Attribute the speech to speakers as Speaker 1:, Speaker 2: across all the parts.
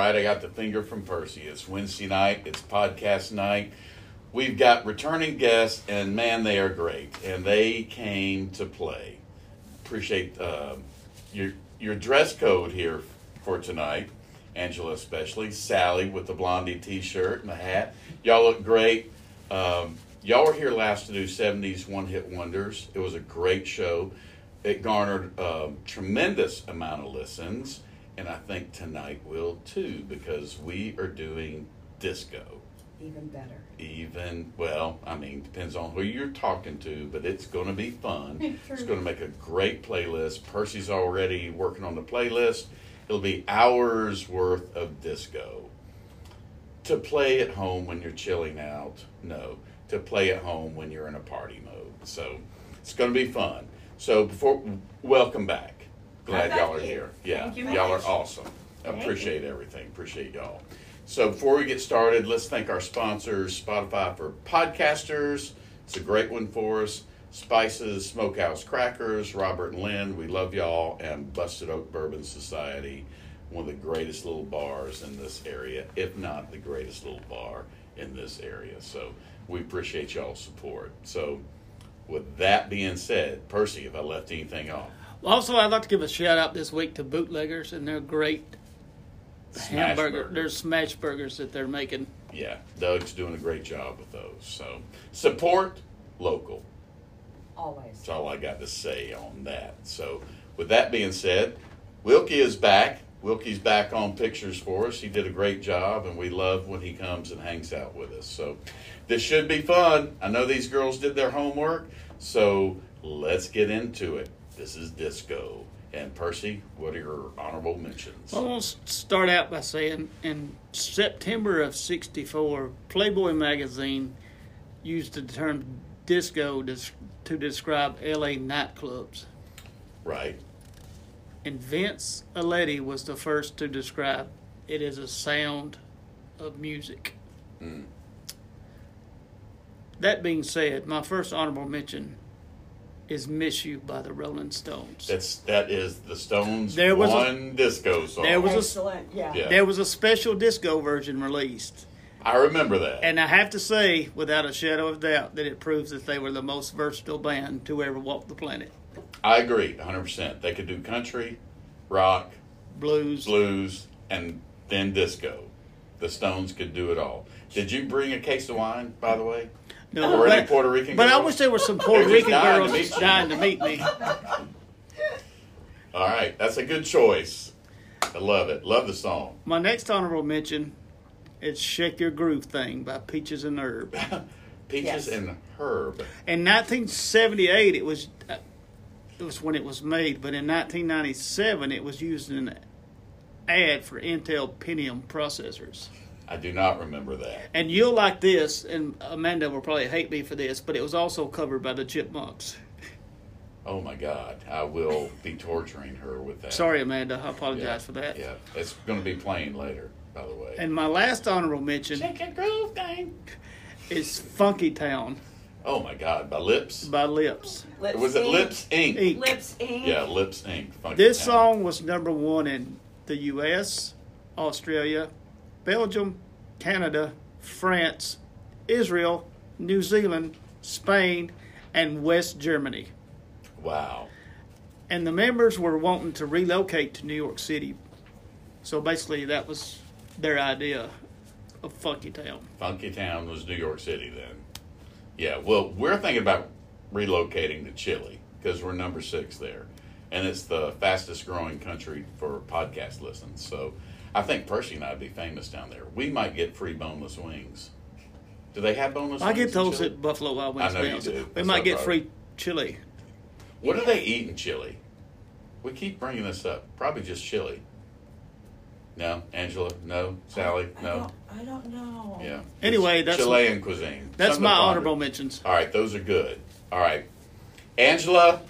Speaker 1: Littlefinger from Percy. It's Wednesday night, it's podcast night. We've got returning guests, and man, they are great. And they came to play. Appreciate um your, your dress code here for tonight, Angela especially. Sally with the blondie t shirt and the hat. Y'all look great. Um, y'all were here last to do 70s One Hit Wonders. It was a great show. It garnered um, tremendous amount of listens, and I think tonight will too because we are doing disco.
Speaker 2: even better.
Speaker 1: Even well, I mean, depends on who you're talking to, but it's going to be fun.
Speaker 2: True.
Speaker 1: it's going to make a great playlist. Percy's already working on the playlist. It'll be hours worth of disco to play at home when you're chilling out. No, to play at home when you're in a party mode. So it's going to be fun. So before, welcome back. Glad
Speaker 3: Thank
Speaker 1: y'all are
Speaker 3: you.
Speaker 1: here. Yeah,
Speaker 3: Thank you
Speaker 1: all are
Speaker 3: much.
Speaker 1: awesome. I
Speaker 3: Thank
Speaker 1: appreciate everything. Appreciate y'all. So before we get started, let's thank our sponsors, Spotify for podcasters. It's a great one for us. Spices, Smokehouse Crackers, Robert and Lynn, we love y'all, and Busted Oak Bourbon Society, one of the greatest little bars in this area, if not the greatest little bar in this area. So we appreciate y'all's support. So with that being said, Percy, if I left anything off,
Speaker 4: Well, also, I'd like to give a shout out this week to Bootleggers and their great
Speaker 1: smash
Speaker 4: hamburger,
Speaker 1: burger.
Speaker 4: their smash burgers that they're making.
Speaker 1: yeah, Doug's doing a great job with those. So support local.
Speaker 2: Always.
Speaker 1: That's all I got to say on that. So with that being said, Wilkie is back. Wilkie's back on pictures for us. He did a great job, and we love when he comes and hangs out with us. So this should be fun. I know these girls did their homework, so let's get into it. This is disco. And Percy, what are your honorable mentions?
Speaker 4: Well, I'll s- start out by saying in September of '64, Playboy magazine used the term disco des- to describe LA nightclubs,
Speaker 1: Right.
Speaker 4: and Vince Aletti was the first to describe it as a sound of music.
Speaker 1: Mm.
Speaker 4: That being said, my first honorable mention is "Miss You" by the Rolling Stones.
Speaker 1: That's that is the Stones
Speaker 4: There was a-
Speaker 1: one disco song.
Speaker 4: there was a-
Speaker 2: Excellent. Yeah.
Speaker 1: Yeah.
Speaker 4: There was a special disco version released,
Speaker 1: I remember that.
Speaker 4: and I have to say, without a shadow of doubt, that it proves that they were the most versatile band to ever walk the planet.
Speaker 1: I agree 100%. They could do country, rock,
Speaker 4: Blues.
Speaker 1: blues, and then disco. The Stones could do it all. Did you bring a case of wine, by the way?
Speaker 4: No,
Speaker 1: Or any
Speaker 4: but-
Speaker 1: Puerto Rican
Speaker 4: But I
Speaker 1: girls?
Speaker 4: wish there were some Puerto
Speaker 1: just
Speaker 4: Rican
Speaker 1: dying to
Speaker 4: girls
Speaker 1: meet you.
Speaker 4: dying to meet me.
Speaker 1: All right, that's a good choice. I love it. Love the song.
Speaker 4: My next honorable mention is "Shake Your Groove Thing" by Peaches and Herb.
Speaker 1: Peaches
Speaker 2: Yes.
Speaker 1: and Herb.
Speaker 4: In 1978, it was uh, it was when it was made, but in 1997, it was used in an ad for Intel Pentium processors.
Speaker 1: I do not remember that.
Speaker 4: And you'll like this, and Amanda will probably hate me for this, but it was also covered by the Chipmunks.
Speaker 1: Oh my God. I will be torturing her with that.
Speaker 4: Sorry, Amanda, I apologize
Speaker 1: Yeah.
Speaker 4: for that.
Speaker 1: Yeah, it's going to be playing later, by the way.
Speaker 4: And my last honorable mention
Speaker 1: Shake and groove thing.
Speaker 4: is Funky Town
Speaker 1: Oh my God, by Lips.
Speaker 4: by Lips.
Speaker 2: Lips
Speaker 1: Was it
Speaker 2: Inc.
Speaker 1: Lips Inc?
Speaker 4: Inc.
Speaker 2: Lips Inc.
Speaker 1: Yeah, Lips Inc. Funky
Speaker 4: This
Speaker 1: Town.
Speaker 4: song was number one in the US, Australia, Belgium, Canada, France, Israel, New Zealand, Spain, and West Germany.
Speaker 1: Wow.
Speaker 4: and the members were wanting to relocate to New York City. So basically, that was their idea of Funky Town.
Speaker 1: Funky Town was New York City then. Yeah, well, we're thinking about relocating to Chile because we're number six there. And it's the fastest growing country for podcast listens. So I think Percy and I would be famous down there. We might get free boneless wings. Do they have boneless
Speaker 4: I
Speaker 1: wings?
Speaker 4: get
Speaker 1: in
Speaker 4: those
Speaker 1: Chile?
Speaker 4: at Buffalo Wild Wings.
Speaker 1: I know you
Speaker 4: Wings.
Speaker 1: do.
Speaker 4: We
Speaker 1: That's no
Speaker 4: might get
Speaker 1: problem.
Speaker 4: free chili.
Speaker 1: What do they eat in Chile? We keep bringing this up. Probably just chili. No, Angela? No, Sally?
Speaker 2: I
Speaker 1: No.
Speaker 2: don't, I don't know.
Speaker 1: Yeah.
Speaker 4: Anyway,
Speaker 1: It's
Speaker 4: that's-
Speaker 1: Chilean cuisine.
Speaker 4: That's
Speaker 1: Something
Speaker 4: my
Speaker 1: to ponder.
Speaker 4: honorable mentions.
Speaker 1: All right, those are good. All right, Angela,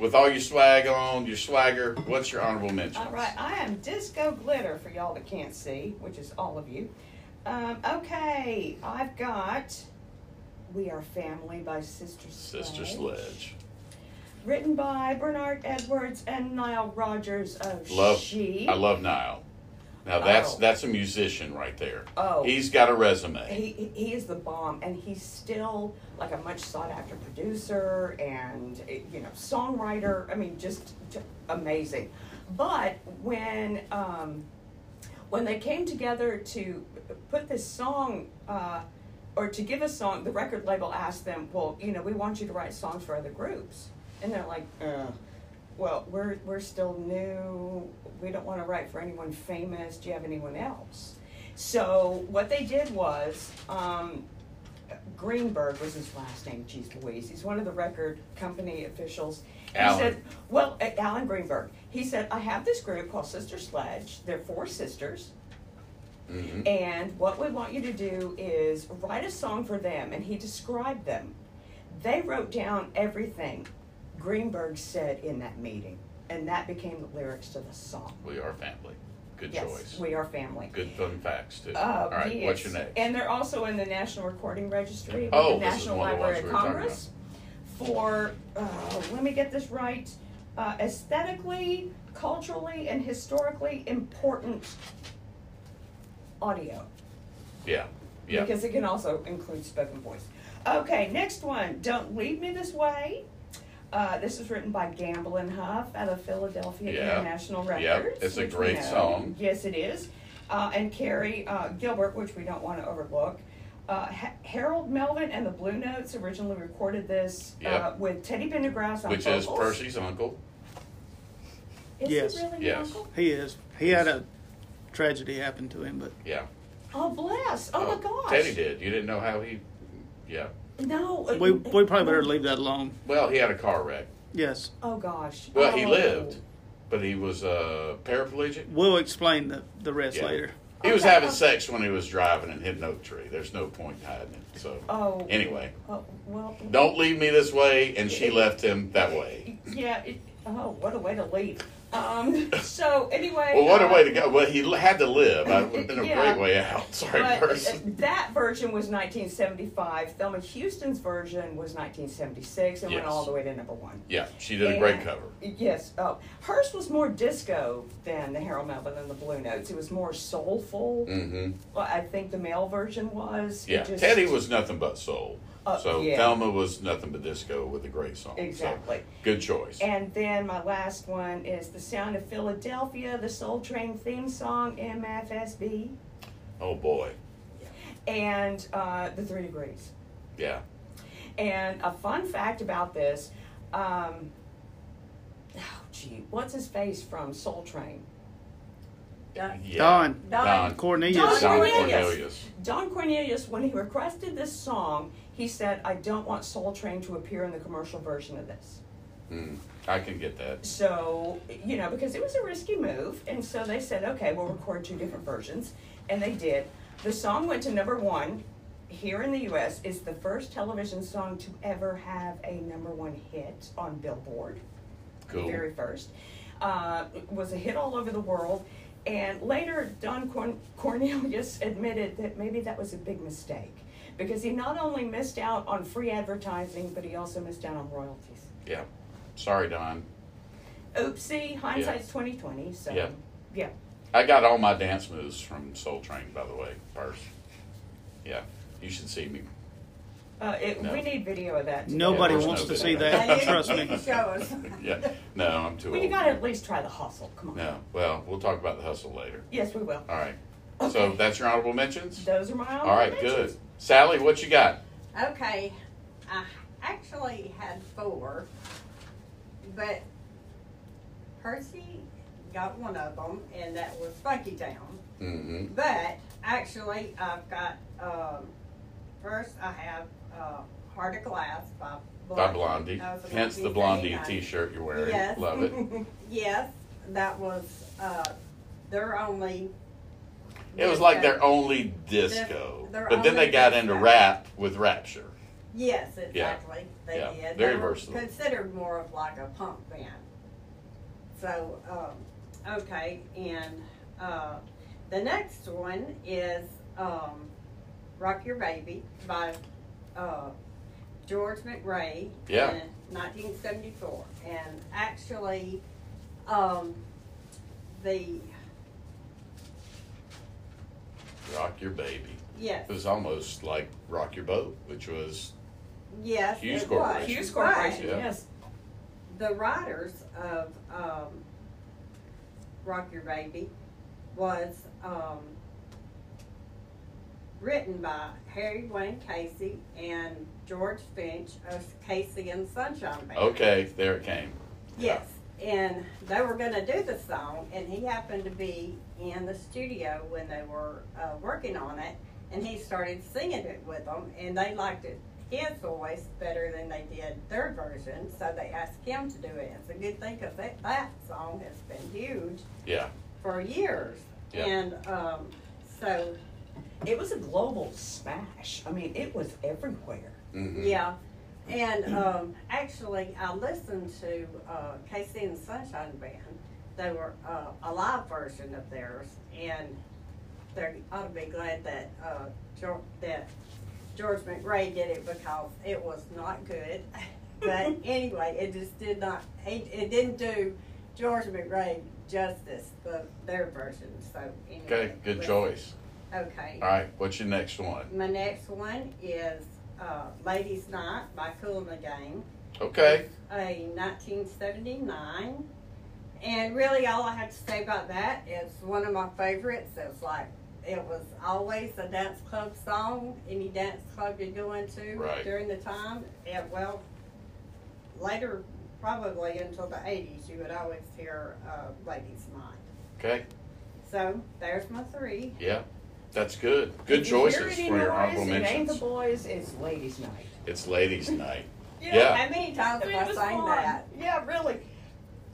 Speaker 1: with all your swag on, your swagger, what's your honorable mention?
Speaker 2: All right, I am Disco Glitter for y'all that can't see, which is all of you. Um, okay, I've got We Are Family by Sister Sledge.
Speaker 1: Sister Sledge.
Speaker 2: Written by Bernard Edwards and Nile Rodgers of
Speaker 1: Love.
Speaker 2: She.
Speaker 1: I love Nile. Now that's
Speaker 2: Oh.
Speaker 1: that's a musician right there.
Speaker 2: Oh.
Speaker 1: He's got a resume.
Speaker 2: He, he- he is the bomb, and he's still like a much sought after producer and eh, you know songwriter. I mean, just j- amazing. But when um, when they came together to put this song uh, or to give a song, the record label asked them, "Well, you know, we want you to write songs for other groups," and they're like, uh, "Well, we're we're still new. We don't want to write for anyone famous. Do you have anyone else?" So what they did was. Um, Greenberg was his last name, geez Louise. He's one of the record company officials.
Speaker 1: Alan.
Speaker 2: He said, well, uh, Alan Greenberg. He said, I have this group called Sister Sledge. They're four sisters.
Speaker 1: Mhm.
Speaker 2: And what we want you to do is write a song for them. And he described them. They wrote down everything Greenberg said in that meeting. And that became the lyrics to the song.
Speaker 1: We are family. Good
Speaker 2: yes,
Speaker 1: choice.
Speaker 2: we are family.
Speaker 1: Good fun facts too.
Speaker 2: Uh,
Speaker 1: All right,
Speaker 2: yes.
Speaker 1: what's your next?
Speaker 2: And they're also in the National Recording Registry, with
Speaker 1: Oh,
Speaker 2: the
Speaker 1: this is
Speaker 2: National
Speaker 1: one of the
Speaker 2: Library
Speaker 1: ones we
Speaker 2: of
Speaker 1: were talking
Speaker 2: Congress. For uh, let me get this right, uh, aesthetically, culturally, and historically important audio
Speaker 1: yeah, yeah.
Speaker 2: because it can also include spoken voice. Okay, next one. Don't leave me this way. Uh, this is written by Gamblin' Huff out of Philadelphia
Speaker 1: Yeah.
Speaker 2: International Records.
Speaker 1: Yep, it's a
Speaker 2: which we
Speaker 1: great
Speaker 2: know.
Speaker 1: song.
Speaker 2: Yes, it is. Uh, and Carrie uh, Gilbert, which we don't want to overlook. Uh, Ha- Harold Melvin and the Blue Notes originally recorded this uh,
Speaker 1: Yep.
Speaker 2: with Teddy Pendergrass on
Speaker 1: Which is
Speaker 2: vocals.
Speaker 1: Percy's uncle.
Speaker 2: Is
Speaker 4: Yes.
Speaker 2: it really
Speaker 1: Yes.
Speaker 2: Uncle?
Speaker 4: He is. He had a tragedy happen to him, but
Speaker 1: Yeah.
Speaker 2: Oh, bless. Oh, my gosh.
Speaker 1: Teddy did. You didn't know how he. Yeah.
Speaker 2: No. uh,
Speaker 4: we, we probably better leave that alone.
Speaker 1: Well, he had a car wreck.
Speaker 4: Yes.
Speaker 2: Oh, gosh.
Speaker 1: Well, he
Speaker 2: Oh.
Speaker 1: lived, but he was uh, paraplegic.
Speaker 4: We'll explain the, the rest
Speaker 1: Yeah.
Speaker 4: later.
Speaker 1: He was
Speaker 2: Okay.
Speaker 1: having sex when he was driving and hit an oak tree. There's no point in hiding it. So
Speaker 2: Oh.
Speaker 1: anyway,
Speaker 2: Oh, well,
Speaker 1: don't leave me this way, and she left him that way.
Speaker 2: Yeah. It, oh, what a way to leave. Um, so anyway.
Speaker 1: Well, what a
Speaker 2: uh,
Speaker 1: way to go. Well, he l- had to live. That would have been a
Speaker 2: Yeah.
Speaker 1: great way out. Sorry,
Speaker 2: But uh,
Speaker 1: person.
Speaker 2: that version was 1975. Thelma Houston's version was 1976 and went
Speaker 1: Yes.
Speaker 2: all the way to number one.
Speaker 1: Yeah, she did a great
Speaker 2: And-
Speaker 1: cover.
Speaker 2: Yes. Oh, hers was more disco than the Harold Melvin and the Blue Notes. It was more soulful.
Speaker 1: Mm-hmm.
Speaker 2: Well, I think the male version was. It
Speaker 1: Yeah,
Speaker 2: just-
Speaker 1: Teddy was nothing but soul.
Speaker 2: Uh,
Speaker 1: so
Speaker 2: yeah.
Speaker 1: Thelma was nothing but disco with a great song. So,
Speaker 2: Exactly.
Speaker 1: good choice.
Speaker 2: And then my last one is The Sound of Philadelphia, the Soul Train theme song, MFSB,
Speaker 1: oh boy.
Speaker 2: and uh, The Three Degrees.
Speaker 1: Yeah.
Speaker 2: And a fun fact about this, um, oh gee, what's his face from Soul Train? Don,
Speaker 1: yeah.
Speaker 4: Don.
Speaker 1: Don.
Speaker 4: Cornelius.
Speaker 2: Don
Speaker 1: Don
Speaker 2: Cornelius.
Speaker 1: Cornelius.
Speaker 2: Don Cornelius, when he requested this song, he said, "I don't want Soul Train to appear in the commercial version of this."
Speaker 1: Mm, I can get that.
Speaker 2: So you know, because it was a risky move, and so they said, "Okay, we'll record two different versions," and they did. The song went to number one here in the U.S. It's the first television song to ever have a number one hit on Billboard.
Speaker 1: Cool.
Speaker 2: the very first. Uh, it was a hit all over the world. And later, Don Corn- Cornelius admitted that maybe that was a big mistake because he not only missed out on free advertising, but he also missed out on royalties.
Speaker 1: Yeah. Sorry, Don.
Speaker 2: Oopsie, hindsight's twenty twenty. So
Speaker 1: Yeah.
Speaker 2: yeah.
Speaker 1: I got all my dance moves from Soul Train, by the way, first. Yeah. You should see me.
Speaker 2: Uh, it,
Speaker 1: No.
Speaker 2: We need video of that. too.
Speaker 4: Nobody
Speaker 1: Yeah, there's
Speaker 4: wants
Speaker 1: no
Speaker 4: to see
Speaker 1: video.
Speaker 4: that. Trust me.
Speaker 3: Show us.
Speaker 1: yeah. No, I'm too
Speaker 2: Well,
Speaker 1: old.
Speaker 2: you got to at least try the hustle. Come on.
Speaker 1: No. Well, we'll talk about the hustle later.
Speaker 2: Yes, we will.
Speaker 1: All right. So that's your honorable mentions?
Speaker 2: Those are my
Speaker 1: All right, good. Sally, what you got?
Speaker 3: Okay, I actually had four, but Percy got one of them, and that was Funky Town.
Speaker 1: Mm-hmm.
Speaker 3: But actually, I've got um, first I have uh, Heart of Glass by Blondie.
Speaker 1: By Blondie.
Speaker 3: That was a
Speaker 1: Hence the Blondie t shirt you're wearing.
Speaker 3: Yes.
Speaker 1: Love it.
Speaker 3: yes, that was uh, their only.
Speaker 1: It was like their only disco.
Speaker 3: Their- their
Speaker 1: but then
Speaker 3: only
Speaker 1: they got into
Speaker 3: disco.
Speaker 1: rap with Rapture.
Speaker 3: Yes, exactly. They
Speaker 1: Yeah,
Speaker 3: did.
Speaker 1: very
Speaker 3: They were
Speaker 1: versatile.
Speaker 3: Considered more of like a punk band. So, um, okay, and uh, the next one is um, "Rock Your Baby" by uh, George McRae
Speaker 1: Yeah.
Speaker 3: in 1974, and actually, um, the
Speaker 1: Rock Your Baby.
Speaker 3: Yes.
Speaker 1: It was almost like Rock Your Boat, which was
Speaker 3: Yes.
Speaker 1: Hughes
Speaker 3: it
Speaker 1: Corporation.
Speaker 3: was,
Speaker 2: Hughes
Speaker 3: but
Speaker 2: Corporation,
Speaker 1: Yeah.
Speaker 2: yes.
Speaker 3: The writers of um, Rock Your Baby was um, written by Harry Wayne Casey and George Finch of Casey and the Sunshine Band.
Speaker 1: okay. There it came.
Speaker 3: Yes, and they were going to do the song, and he happened to be in the studio when they were uh, working on it, and he started singing it with them, and they liked it his voice better than they did their version, so they asked him to do it. It's a good thing because that, that song has been huge
Speaker 1: Yeah.
Speaker 3: for years,
Speaker 1: Yeah.
Speaker 3: and um, so
Speaker 2: It was a global smash. I mean, it was everywhere.
Speaker 1: Mm-hmm.
Speaker 3: Yeah, and um, actually, I listened to uh, Casey and the Sunshine Band. They were uh, a live version of theirs, and they ought to be glad that uh, George, that George McRae did it because it was not good. But anyway, it just did not. It, it didn't do George McRae justice. The their version. So anyway,
Speaker 1: Okay. Good
Speaker 3: but-
Speaker 1: choice.
Speaker 3: Okay.
Speaker 1: All right. What's your next one?
Speaker 3: My next one is uh, Ladies Night by Cool and the Gang,
Speaker 1: Okay.
Speaker 3: a 1979. And really, all I have to say about that is one of my favorites. It's like, it was always a dance club song, any dance club you're going to
Speaker 1: Right.
Speaker 3: during the time. And well, later, probably until the 80s, you would always hear uh, Ladies Night.
Speaker 1: Okay.
Speaker 3: So there's my three.
Speaker 1: Yeah. That's good. Good
Speaker 2: If you hear
Speaker 1: choices
Speaker 2: any
Speaker 1: for your
Speaker 2: noise,
Speaker 1: honorable
Speaker 2: It ain't the
Speaker 1: mentions.
Speaker 2: boys, it's ladies' night.
Speaker 1: It's ladies' night.
Speaker 3: You know,
Speaker 1: Yeah.
Speaker 3: How many times have I sang that?
Speaker 2: Yeah, really.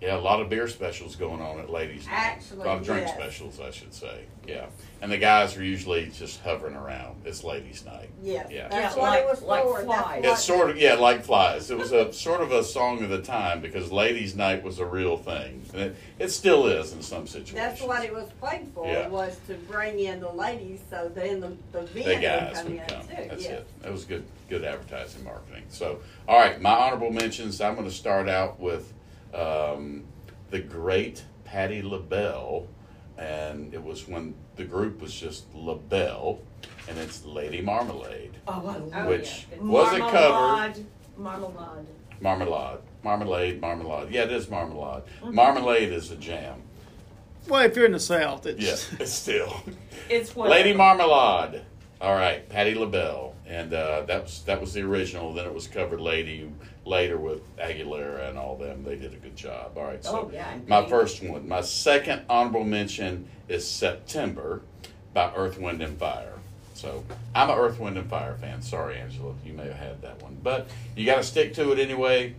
Speaker 1: Yeah, a lot of beer specials going on at ladies' night.
Speaker 3: Actually,
Speaker 1: a lot of drink
Speaker 3: yes.
Speaker 1: specials, I should say. Yeah, and the guys are usually just hovering around. It's ladies' night.
Speaker 3: Yes,
Speaker 1: Yeah.
Speaker 3: that's
Speaker 1: Yeah,
Speaker 3: what
Speaker 2: like-
Speaker 3: it was
Speaker 2: like
Speaker 3: for. That's
Speaker 2: flies.
Speaker 3: what-
Speaker 1: It's sort of yeah, like flies. It was a sort of a song of the time because ladies' night was a real thing, and it, it still is in some situations.
Speaker 3: That's what it was played for
Speaker 1: Yeah.
Speaker 3: was to bring in the ladies, so then the the men
Speaker 1: the guys
Speaker 3: would come
Speaker 1: would
Speaker 3: in
Speaker 1: come.
Speaker 3: too.
Speaker 1: That's
Speaker 3: yes.
Speaker 1: it. That was good, good advertising marketing. So, all right, my honorable mentions. I'm going to start out with um, the great Patti LaBelle, and it was when the group was just LaBelle, and it's Lady Marmalade,
Speaker 2: Oh, I love
Speaker 3: Oh,
Speaker 1: which
Speaker 3: yeah.
Speaker 1: was a cover.
Speaker 2: Marmalade, Marmalade.
Speaker 1: Marmalade, marmalade, marmalade. Yeah, it is marmalade.
Speaker 3: Mm-hmm.
Speaker 1: Marmalade is a jam.
Speaker 4: Well, if you're in the South, it's
Speaker 1: Yeah, it's still.
Speaker 2: It's what
Speaker 1: Lady Marmalade. All right, Patty LaBelle, and uh, that was that was the original. Then it was covered Lady later with Aguilera and all them. They did a good job. All right, so
Speaker 2: Oh, yeah, and
Speaker 1: my
Speaker 2: Pink.
Speaker 1: first one, my second honorable mention is September by Earth, Wind and Fire. So I'm a Earth, Wind and Fire fan. Sorry, Angela, you may have had that one, but you got to stick to it anyway.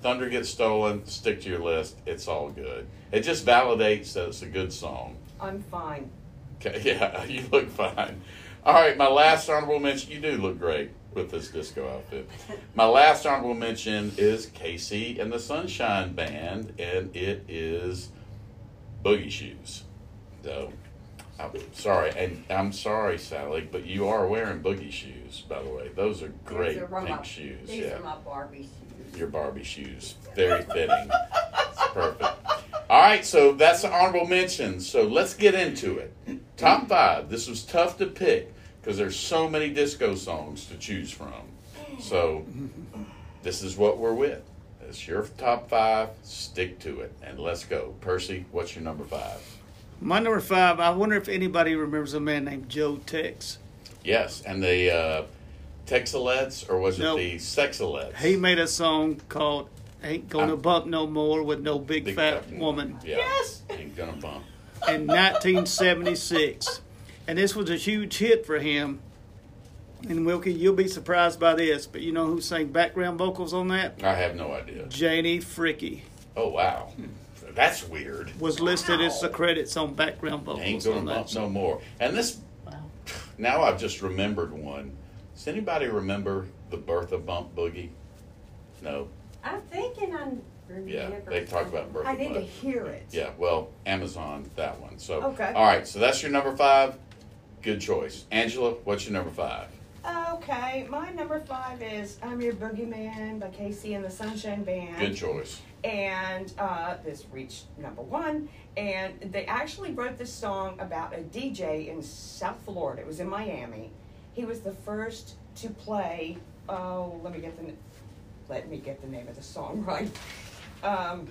Speaker 1: Thunder gets stolen. Stick to your list. It's all good. It just validates that it's a good song.
Speaker 2: I'm fine.
Speaker 1: Okay, yeah, you look fine. All right, my last honorable mention. You do look great with this disco outfit. My last honorable mention is Casey and the Sunshine Band, and it is Boogie Shoes. So, I'm sorry, and I'm sorry, Sally, but you are wearing boogie shoes, by the way. Those are great
Speaker 3: These are my-
Speaker 1: pink shoes.
Speaker 3: These
Speaker 1: yeah
Speaker 3: are my Barbie shoes.
Speaker 1: your Barbie shoes. Very fitting. It's perfect. All right, so that's the honorable mention. So let's get into it. Top five. This was tough to pick because there's so many disco songs to choose from. So this is what we're with. It's your top five. Stick to it and let's go. Percy, what's your number five?
Speaker 4: my number five. I wonder if anybody remembers a man named Joe Tex.
Speaker 1: Yes, and the uh, Texalettes or was it
Speaker 4: Nope.
Speaker 1: the Sexalettes?
Speaker 4: He made a song called "Ain't Gonna
Speaker 1: I'm-
Speaker 4: Bump No More" with no big,
Speaker 1: Big
Speaker 4: fat,
Speaker 1: fat
Speaker 4: woman.
Speaker 1: Yeah.
Speaker 2: Yes.
Speaker 1: Ain't gonna bump.
Speaker 4: in 1976. And this was a huge hit for him. And Wilkie, you'll be surprised by this, but you know who sang background vocals on that?
Speaker 1: I have no idea.
Speaker 4: Janie Fricke
Speaker 1: Oh wow, that's weird.
Speaker 4: was listed as the
Speaker 2: Wow.
Speaker 4: credits on background
Speaker 1: Ain't
Speaker 4: vocals
Speaker 1: gonna
Speaker 4: on that.
Speaker 1: bump no more. And this, now I've just remembered one. Does anybody remember the Bertha Bump Boogie? No.
Speaker 3: I'm thinking I remember.
Speaker 1: Yeah, they talk about Bertha.
Speaker 2: I need to
Speaker 1: Bump.
Speaker 2: hear it.
Speaker 1: Yeah, well, Amazon that one. So
Speaker 2: Okay.
Speaker 1: All right, so that's your number five. Good choice, Angela. What's your number five?
Speaker 3: Uh,
Speaker 2: Okay, my number five is I'm Your Boogeyman by Casey and the Sunshine Band.
Speaker 1: Good choice.
Speaker 2: and uh, this reached number one. And they actually wrote this song about a DJ in South Florida. It was in Miami. He was the first to play. Oh, let me get the let me get the name of the song right. Um,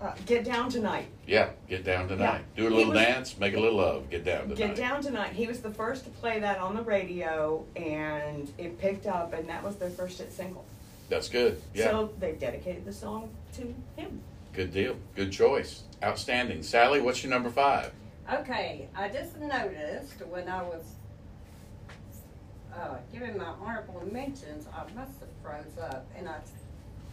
Speaker 2: uh, get down tonight.
Speaker 1: Yeah, get down tonight.
Speaker 2: Yeah.
Speaker 1: Do a
Speaker 2: He
Speaker 1: little
Speaker 2: was-
Speaker 1: dance, make a little love, get down tonight.
Speaker 2: Get Down Tonight. He was the first to play that on the radio, and it picked up, and that was their first hit single.
Speaker 1: That's good. Yeah.
Speaker 2: So they dedicated the song to him.
Speaker 1: good deal. Good choice. Outstanding. Sally, what's your number five?
Speaker 3: Okay, I just noticed when I was uh, giving my honorable mentions, I must have froze up, and I,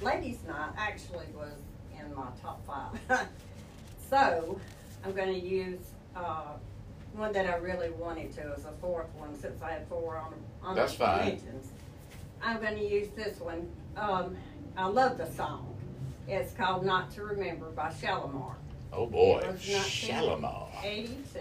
Speaker 3: ladies' night actually was in my top five. so I'm going to use uh, one that I really wanted to as a fourth one since I had four honor- honorable
Speaker 1: That's fine.
Speaker 3: mentions. I'm going to use this one. Um, I love the song. It's called "Not to Remember" by Shalimar,
Speaker 1: Oh boy,
Speaker 3: It's not
Speaker 1: Shalimar.
Speaker 3: '82.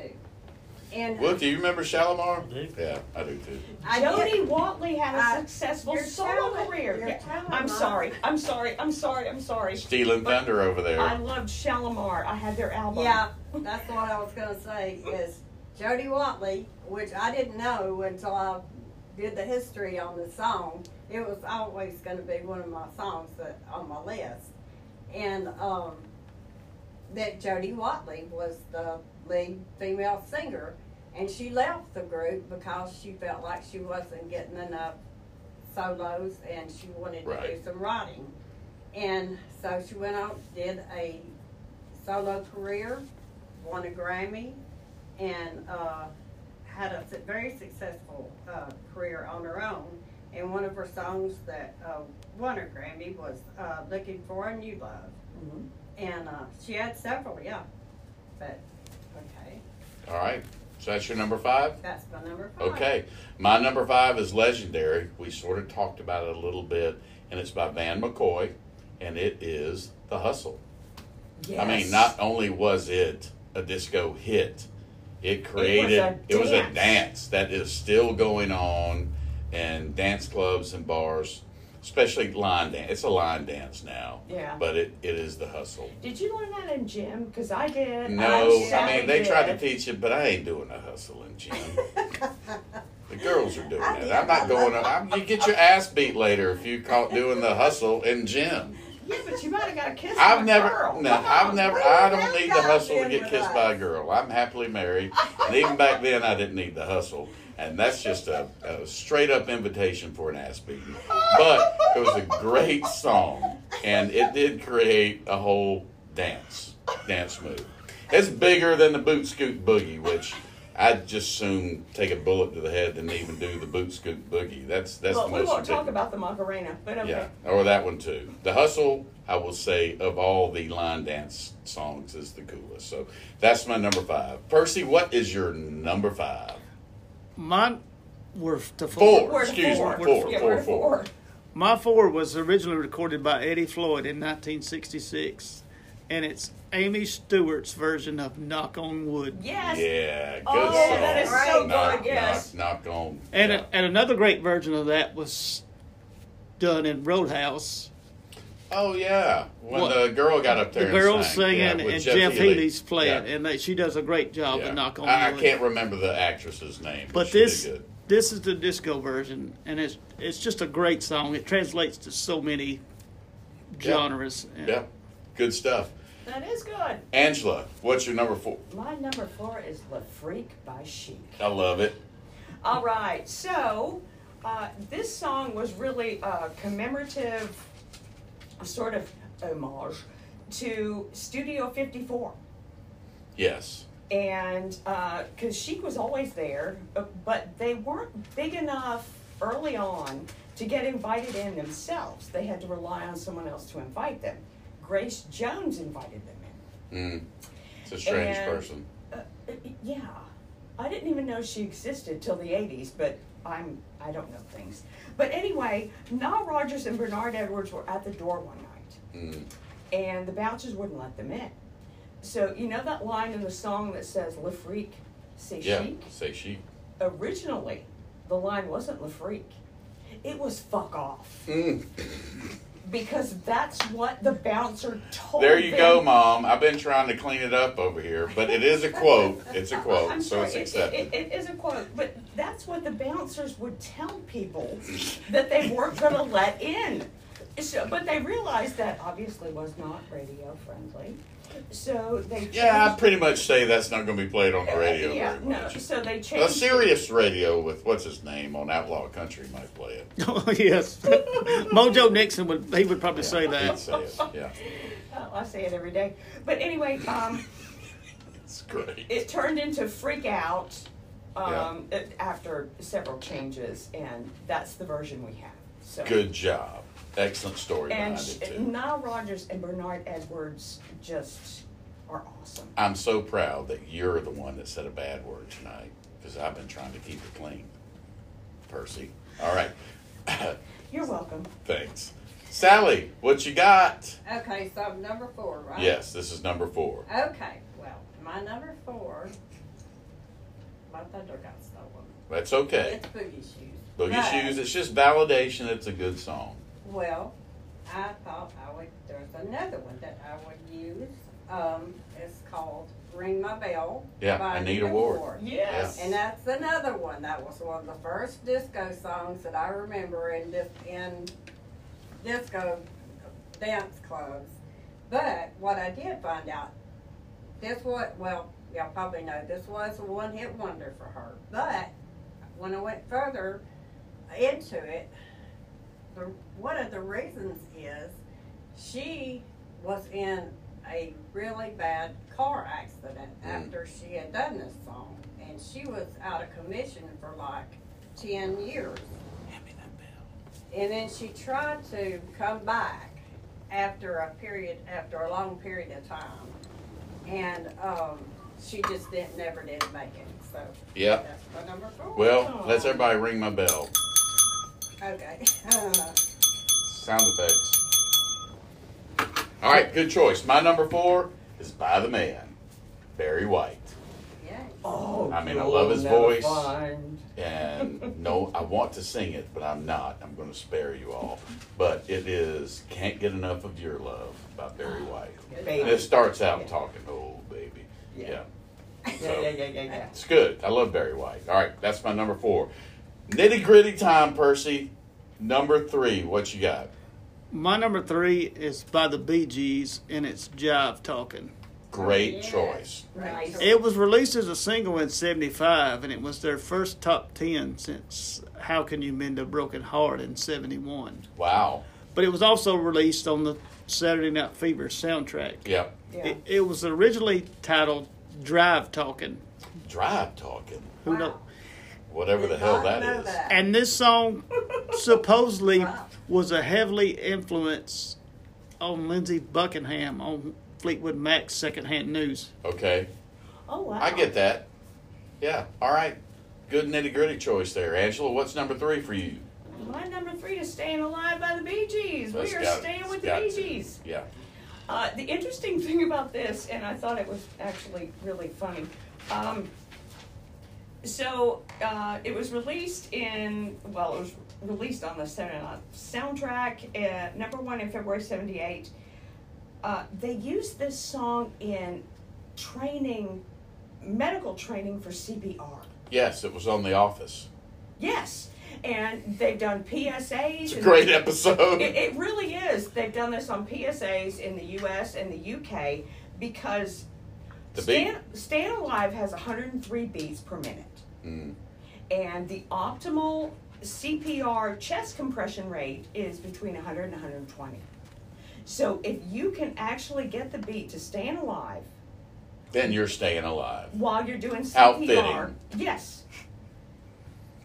Speaker 3: And
Speaker 1: Well, do you remember Shalimar?
Speaker 5: I do.
Speaker 1: Yeah, I do too.
Speaker 3: I
Speaker 2: Jody
Speaker 3: did-
Speaker 2: Watley had a
Speaker 3: I-
Speaker 2: successful
Speaker 3: you're
Speaker 2: solo
Speaker 3: telling-
Speaker 2: career.
Speaker 3: you're
Speaker 2: Yeah.
Speaker 3: telling
Speaker 2: I'm
Speaker 3: me.
Speaker 2: sorry. I'm sorry. I'm sorry. I'm sorry.
Speaker 1: Stealing
Speaker 2: But
Speaker 1: thunder over there.
Speaker 2: I loved Shalimar. I had their album.
Speaker 3: Yeah, that's what I was gonna say is Jody Watley, which I didn't know until I did the history on the song. It was always gonna be one of my songs that on my list, and um, that Jody Watley was the lead female singer, and she left the group because she felt like she wasn't getting enough solos, and she wanted to do
Speaker 1: Right.
Speaker 3: some writing, and so she went out did a solo career, won a Grammy, and uh, had a su- very successful uh, career on her own. And one of her songs that uh, won a Grammy was uh, "Looking for a New Love,"
Speaker 2: Mhm.
Speaker 3: and uh, she had several, yeah. But okay,
Speaker 1: All right. So that's your number five?
Speaker 3: that's my number five.
Speaker 1: Okay. My number five is legendary. We sort of talked about it a little bit, and it's by Van McCoy, and it is The Hustle. I mean,
Speaker 2: Yes.
Speaker 1: not only was it a disco hit, it created
Speaker 2: a
Speaker 1: it was a,
Speaker 2: dance.
Speaker 1: dance that is still going on in dance clubs and bars, especially line dance. It's a line dance now,
Speaker 2: Yeah.
Speaker 1: but it, it is the hustle.
Speaker 2: Did you learn that in gym? Because I did.
Speaker 1: No,
Speaker 2: I,
Speaker 1: I mean they tried to
Speaker 2: teach.
Speaker 1: teach it, but I ain't doing the hustle in gym. the girls are doing
Speaker 3: I
Speaker 1: that. I'm not going. up- I'm, you get your ass beat later if you caught doing the hustle in gym.
Speaker 2: Yeah, but you might have got a kiss. from
Speaker 1: I've
Speaker 2: a
Speaker 1: never,
Speaker 2: girl.
Speaker 1: no,
Speaker 2: Come
Speaker 1: I've
Speaker 2: on.
Speaker 1: never,
Speaker 3: where
Speaker 1: I
Speaker 3: did
Speaker 1: don't
Speaker 3: that
Speaker 1: need the
Speaker 3: guy
Speaker 1: hustle to
Speaker 3: been
Speaker 1: get
Speaker 3: with
Speaker 1: kissed by a
Speaker 3: us?
Speaker 1: girl. I'm happily married, and even back then I didn't need the hustle, and that's just a, a straight up invitation for an ass beating. But it was a great song, and it did create a whole dance dance move. It's bigger than the boot scoot boogie, which. I'd just soon take a bullet to the head than even do the boot scoot boogie. That's that's
Speaker 2: Well,
Speaker 1: the
Speaker 2: we
Speaker 1: most
Speaker 2: won't talk
Speaker 1: ridiculous.
Speaker 2: about the Macarena, but okay.
Speaker 1: Yeah, or that one too. The Hustle, I will say, of all the line dance songs, is the coolest. So that's my number five. Percy, what is your number five?
Speaker 4: Mine were to
Speaker 1: Four.
Speaker 2: Word
Speaker 1: Excuse
Speaker 2: four.
Speaker 1: me. Four.
Speaker 2: Yeah,
Speaker 1: four.
Speaker 2: word
Speaker 1: Four.
Speaker 2: four.
Speaker 4: My Four was originally recorded by Eddie Floyd in 1966, and it's Amy Stewart's version of Knock on Wood.
Speaker 2: Yes.
Speaker 1: Yeah, good song.
Speaker 2: Oh, that
Speaker 3: is so good,
Speaker 1: knock,
Speaker 2: yes.
Speaker 1: Knock, knock on.
Speaker 4: And,
Speaker 1: yeah.
Speaker 4: and another great version of that was done in Roadhouse.
Speaker 1: oh yeah, when
Speaker 4: What?
Speaker 1: the girl got up there,
Speaker 4: the girls
Speaker 1: and sang, yeah,
Speaker 4: singing
Speaker 1: with
Speaker 4: and Jeff,
Speaker 1: Healey.
Speaker 4: Healy's playing,
Speaker 1: Yeah,
Speaker 4: and they, she does a great job
Speaker 1: yeah.
Speaker 4: of Knock on
Speaker 1: I, I
Speaker 4: Wood.
Speaker 1: can't remember the actress's name, but,
Speaker 4: But
Speaker 1: she did
Speaker 4: this
Speaker 1: good.
Speaker 4: this is the disco version, and it's it's just a great song. It translates to so many genres. and-
Speaker 1: yeah, good stuff.
Speaker 2: That is good.
Speaker 1: Angela, what's your number four?
Speaker 2: My number four is La Freak by Chic.
Speaker 1: I love it.
Speaker 2: All right, so uh, this song was really a commemorative sort of homage to Studio 54.
Speaker 1: Yes.
Speaker 2: And because Chic was always there, uh, but they weren't big enough early on to get invited in themselves. They had to rely on someone else to invite them. Grace Jones invited them in.
Speaker 1: Mm. It's a strange
Speaker 2: And-
Speaker 1: person.
Speaker 2: Uh, yeah, I didn't even know she existed till the '80s, but I'm I don't know things. But anyway, Nile Rodgers and Bernard Edwards were at the door one night,
Speaker 1: Mm.
Speaker 2: and the bouncers wouldn't let them in. So you know that line in the song that says "Le Freak, c'est
Speaker 1: Yeah,
Speaker 2: chic."
Speaker 1: say she.
Speaker 2: Originally, the line wasn't La Freak. It was fuck off.
Speaker 5: Mm.
Speaker 2: Because that's what the bouncer told
Speaker 1: There you
Speaker 2: them.
Speaker 1: go, Mom. I've been trying to clean it up over here, but it is a quote. It's a
Speaker 2: I'm
Speaker 1: quote, so
Speaker 2: sorry,
Speaker 1: it's
Speaker 2: it-
Speaker 1: accepted.
Speaker 2: It, it is a quote, but that's what the bouncers would tell people that they weren't going to let in. So, but they realized that obviously was not radio friendly, so they
Speaker 1: Yeah, I
Speaker 2: changed-
Speaker 1: pretty much say that's not going to be played on the radio
Speaker 2: yeah,
Speaker 1: very
Speaker 2: no,
Speaker 1: much.
Speaker 2: so they changed.
Speaker 1: A serious radio with what's his name on Outlaw Country might play it.
Speaker 4: Oh, yes. Mojo Nixon would he would probably say
Speaker 1: He'd
Speaker 4: that.
Speaker 1: say it. Yeah,
Speaker 2: Oh, I say it every day, but anyway, um,
Speaker 1: it's great.
Speaker 2: it turned into freak out um, it- after several changes, and that's the version we have. So
Speaker 1: Good job. Excellent story
Speaker 2: And
Speaker 1: behind
Speaker 2: sh-
Speaker 1: it too.
Speaker 2: Nile Rodgers and Bernard Edwards just are awesome.
Speaker 1: I'm so proud that you're the one that said a bad word tonight because I've been trying to keep it clean, Percy. All right,
Speaker 2: You're welcome.
Speaker 1: thanks, Sally. What you got?
Speaker 3: Okay, so I'm number four, right?
Speaker 1: Yes, this is number four.
Speaker 3: Okay, well, my number four, my thunder got stolen.
Speaker 1: That's okay.
Speaker 3: It's boogie shoes.
Speaker 1: Boogie
Speaker 3: But-
Speaker 1: Shoes. It's just validation. It's a good song.
Speaker 3: Well, I thought I would, there's another one that I would use. Um, it's called Ring My Bell.
Speaker 1: Yeah,
Speaker 3: by
Speaker 1: Anita Ward. Yes.
Speaker 3: And that's another one. That was one of the first disco songs that I remember in dis- in disco dance clubs. But what I did find out, this was well, y'all probably know this was a one hit wonder for her. But when I went further into it, the, one of the reasons is she was in a really bad car accident
Speaker 1: Mm.
Speaker 3: after she had done this song, and she was out of commission for like ten years.
Speaker 1: Hand me that bell.
Speaker 3: And then she tried to come back after a period, after a long period of time, and um, she just didn't, never did make it. So
Speaker 1: Yeah.
Speaker 3: that's my number four.
Speaker 1: Well, let's everybody ring my bell.
Speaker 3: okay.
Speaker 1: Sound effects. All right, good choice. My number four is by the man, Barry White.
Speaker 3: yeah.
Speaker 2: Oh,
Speaker 1: I mean, I
Speaker 2: you'll
Speaker 1: love his
Speaker 2: never
Speaker 1: voice.
Speaker 2: find.
Speaker 1: And no, I want to sing it, but I'm not. I'm going to spare you all. But it is Can't Get Enough of Your Love by Barry White. And it
Speaker 2: Baby.
Speaker 1: starts out talking, oh, baby. Yeah.
Speaker 2: Yeah.
Speaker 1: So-
Speaker 2: Yeah, yeah, yeah, yeah, yeah.
Speaker 1: It's good. I love Barry White. All right, that's my number four. Nitty gritty time, Percy. Number three, what you got?
Speaker 4: My number three is by the Bee Gees, and it's Jive Talking.
Speaker 1: Great
Speaker 3: Yeah.
Speaker 1: choice.
Speaker 2: Nice.
Speaker 4: It was released as a single in '75, and it was their first top ten since "How Can You Mend a Broken Heart" in '71.
Speaker 1: Wow.
Speaker 4: But it was also released on the Saturday Night Fever soundtrack.
Speaker 1: Yep.
Speaker 2: Yeah.
Speaker 4: It, it was originally titled "Drive Talking."
Speaker 1: Drive talking.
Speaker 4: Who
Speaker 3: Wow.
Speaker 4: know?
Speaker 1: Whatever the
Speaker 3: Did
Speaker 1: hell
Speaker 3: not
Speaker 1: that
Speaker 3: know
Speaker 1: is.
Speaker 3: that.
Speaker 4: And this song supposedly
Speaker 3: Wow.
Speaker 4: was a heavily influence on Lindsey Buckingham on Fleetwood Mac's Secondhand News.
Speaker 1: Okay.
Speaker 2: Oh, wow.
Speaker 1: I get that. Yeah. All right. Good nitty gritty choice there. Angela, what's number three for you?
Speaker 2: My number three is Staying Alive by the Bee Gees.
Speaker 1: That's
Speaker 2: we are
Speaker 1: got-
Speaker 2: staying with the
Speaker 1: got
Speaker 2: Bee
Speaker 1: to.
Speaker 2: Gees.
Speaker 1: Yeah.
Speaker 2: Uh, the interesting thing about this, and I thought it was actually really funny. Um, so uh, it was released in well, it was released on the Saturday Night soundtrack, uh, number one in February '78. Uh, they used this song in training, medical training for CPR.
Speaker 1: Yes, it was on The Office.
Speaker 2: Yes, and they've done PSAs.
Speaker 1: It's a
Speaker 2: and-
Speaker 1: great episode.
Speaker 2: it, it really is. They've done this on PSAs in the U.S. and the U.K. because
Speaker 1: The beat.
Speaker 2: Stan, Stan Alive has 103 beats per minute,
Speaker 1: Mm.
Speaker 2: and the optimal CPR chest compression rate is between 100 and 120. So if you can actually get the beat to Stan Alive
Speaker 1: Then you're staying alive.
Speaker 2: while you're doing CPR,
Speaker 1: Outfitting.
Speaker 2: yes.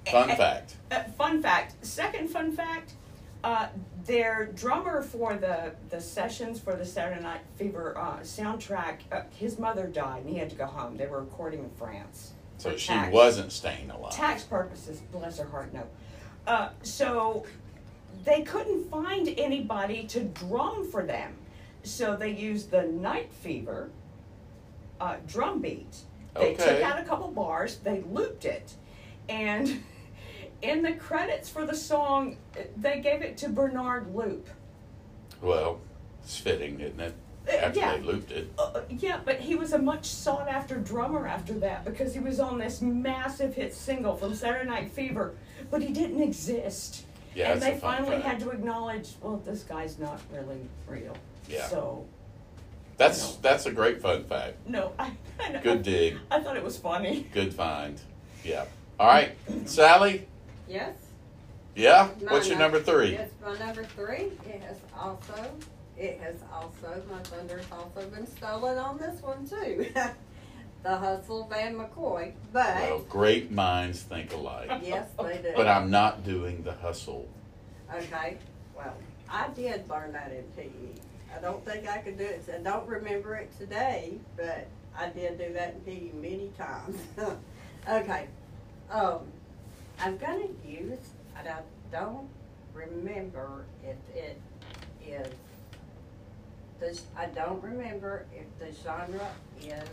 Speaker 1: Fun
Speaker 2: A- a-
Speaker 1: fact.
Speaker 2: Uh, fun fact. Second fun fact. Uh, their drummer for the, the sessions for the Saturday Night Fever uh, soundtrack, uh, his mother died and he had to go home. They were recording in France.
Speaker 1: So
Speaker 2: for
Speaker 1: she
Speaker 2: tax-
Speaker 1: wasn't staying alive.
Speaker 2: Tax purposes, bless her heart, no. Uh, so they couldn't find anybody to drum for them. So they used the Night Fever uh, drum beat. They
Speaker 1: Okay.
Speaker 2: took out a couple bars, they looped it, and in the credits for the song, they gave it to Bernard Loop.
Speaker 1: Well, it's fitting, isn't it? After
Speaker 2: yeah.
Speaker 1: they looped it.
Speaker 2: Uh, yeah, but he was a much sought after drummer after that because he was on this massive hit single from Saturday Night Fever, but he didn't exist.
Speaker 1: Yeah,
Speaker 2: and
Speaker 1: that's
Speaker 2: they
Speaker 1: a fun
Speaker 2: finally
Speaker 1: fact.
Speaker 2: had to acknowledge, well, this guy's not really real.
Speaker 1: Yeah.
Speaker 2: So,
Speaker 1: That's that's a great fun fact.
Speaker 2: no, I, I know.
Speaker 1: Good dig.
Speaker 2: I thought it was funny.
Speaker 1: Good find. Yeah. All right, Sally.
Speaker 3: Yes.
Speaker 1: Yeah.
Speaker 3: my
Speaker 1: What's your number three?
Speaker 3: Yes, my number three. It has also, it has also, my thunder has also been stolen on this one too. the Hustle Van McCoy, but
Speaker 1: Well, great minds think alike.
Speaker 3: yes, they do.
Speaker 1: But I'm not doing the hustle.
Speaker 3: Okay, well, I did learn that in PE. I don't think I could do it, I don't remember it today, but I did do that in PE many times. okay, um, I'm gonna use, and I don't remember if it is, this, I don't remember if the genre is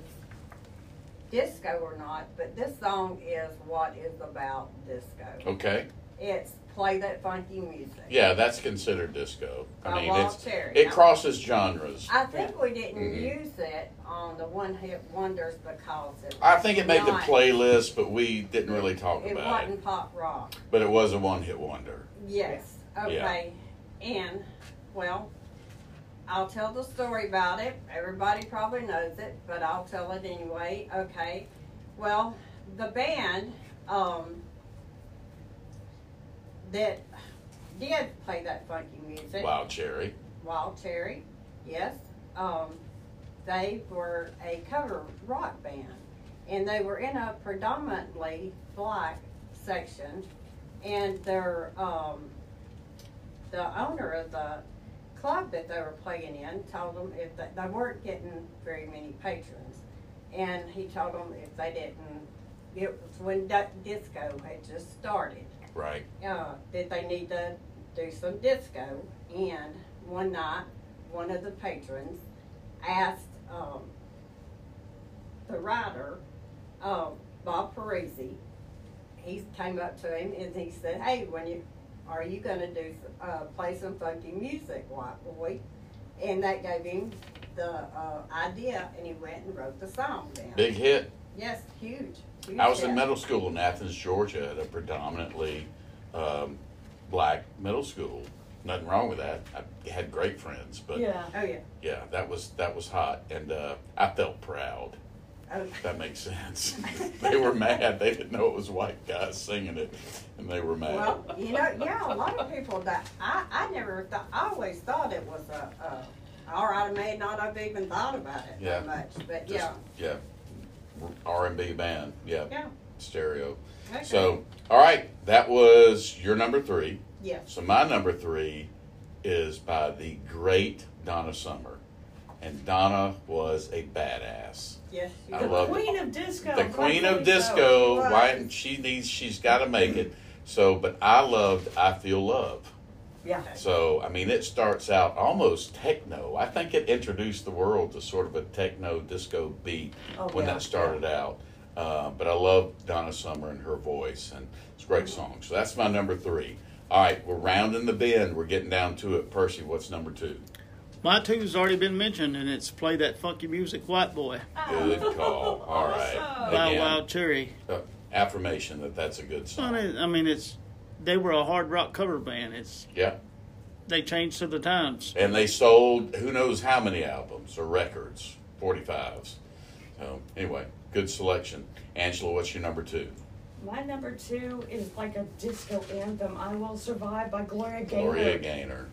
Speaker 3: disco or not, but this song is what is about disco.
Speaker 1: Okay.
Speaker 3: It's play that funky music.
Speaker 1: Um, Yeah, that's considered disco. I
Speaker 3: By
Speaker 1: mean,
Speaker 3: Walt
Speaker 1: it's
Speaker 3: Cherry.
Speaker 1: it crosses genres.
Speaker 3: I think we didn't
Speaker 1: Mhm.
Speaker 3: use it on the one hit wonders because it was
Speaker 1: I think it made the
Speaker 3: not-
Speaker 1: playlist, but we didn't really talk
Speaker 3: It
Speaker 1: about it.
Speaker 3: wasn't pop rock.
Speaker 1: But it was a one-hit wonder.
Speaker 3: Yes. Okay. And well, I'll tell the story about it. Everybody probably knows it, but I'll tell it anyway. Okay. Well, the band um, that did play that funky music.
Speaker 1: Wild Cherry.
Speaker 3: Wild Cherry, yes. Um, they were a cover rock band, and they were in a predominantly black section. And their um, the owner of the club that they were playing in told them if they, they weren't getting very many patrons, and he told them if they didn't, it was when di- disco had just started
Speaker 1: Right.
Speaker 3: uh, that they need to do some disco. And one night, one of the patrons asked um, the writer, um, Bob Parisi, he came up to him and he said, "Hey, when you are you going to do uh, play some funky music, white boy?" And that gave him the uh, idea, and he went and wrote the song down.
Speaker 1: Big hit.
Speaker 3: Yes, huge. huge
Speaker 1: I was in
Speaker 3: hit.
Speaker 1: middle school in Athens, Georgia, at a predominantly um, black middle school. Nothing wrong with that. I had great friends, but yeah,
Speaker 2: yeah.
Speaker 3: Oh yeah.
Speaker 1: that was that was hot, and uh, I felt proud.
Speaker 3: Oh.
Speaker 1: If that makes sense. they were mad. They didn't know it was white guys singing it, and they were mad.
Speaker 3: Well, you know, yeah, a lot of people that I, I never thought, I always thought it was a, a all right, I may not have even thought about it
Speaker 1: Yeah.
Speaker 3: that much, but
Speaker 1: Just- yeah,
Speaker 3: yeah,
Speaker 1: R and B band. Yeah,
Speaker 3: yeah.
Speaker 1: stereo.
Speaker 3: okay.
Speaker 1: So, all right, that was your number three.
Speaker 3: yes,
Speaker 1: So my number three is by the great Donna Summer, and Donna was a badass.
Speaker 3: yes, you
Speaker 1: I
Speaker 2: The
Speaker 3: are.
Speaker 1: love it.
Speaker 2: queen of disco.
Speaker 3: Oh,
Speaker 1: the queen
Speaker 2: rightfully
Speaker 1: of
Speaker 2: so.
Speaker 1: disco.
Speaker 3: Right.
Speaker 1: Why she needs? She's got to make it. So, but I loved "I Feel Love."
Speaker 2: Yeah.
Speaker 1: So, I mean, it starts out almost techno. I think it introduced the world to sort of a techno disco beat
Speaker 2: Oh,
Speaker 1: when
Speaker 2: yeah.
Speaker 1: that started out. Uh, but I love Donna Summer and her voice, and it's a
Speaker 2: Mm-hmm.
Speaker 1: great song. So that's my number three. All right, we're rounding the bend. We're getting down to it. Percy, what's number two?
Speaker 4: My two's already been mentioned, and it's Play That Funky Music, White Boy
Speaker 2: Oh.
Speaker 1: Good call. All right.
Speaker 3: Oh,
Speaker 4: by
Speaker 1: Again,
Speaker 4: Wild Cherry.
Speaker 1: uh, affirmation that that's a good song.
Speaker 4: Well, they- I mean, it's they were a hard rock cover band. It's
Speaker 1: Yeah.
Speaker 4: they changed to the times.
Speaker 1: And they sold who knows how many albums or records, 45s. So, anyway, good selection. Angela, what's your number two?
Speaker 2: My number two is like a disco anthem. I Will Survive by Gloria Gaynor.
Speaker 1: Gloria Gaynor.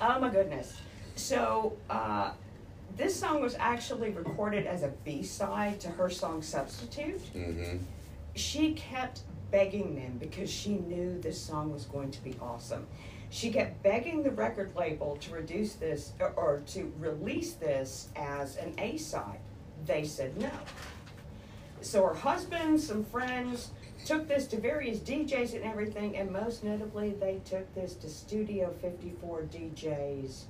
Speaker 2: Oh my goodness. So, uh, this song was actually recorded as a B side to her song Substitute.
Speaker 1: hmm
Speaker 2: She kept begging them because she knew this song was going to be awesome. She kept begging the record label to reduce this or, or to release this as an A side. They said no. So her husband, some friends, took this to various DJs and everything, and most notably, they took this to Studio 54 DJs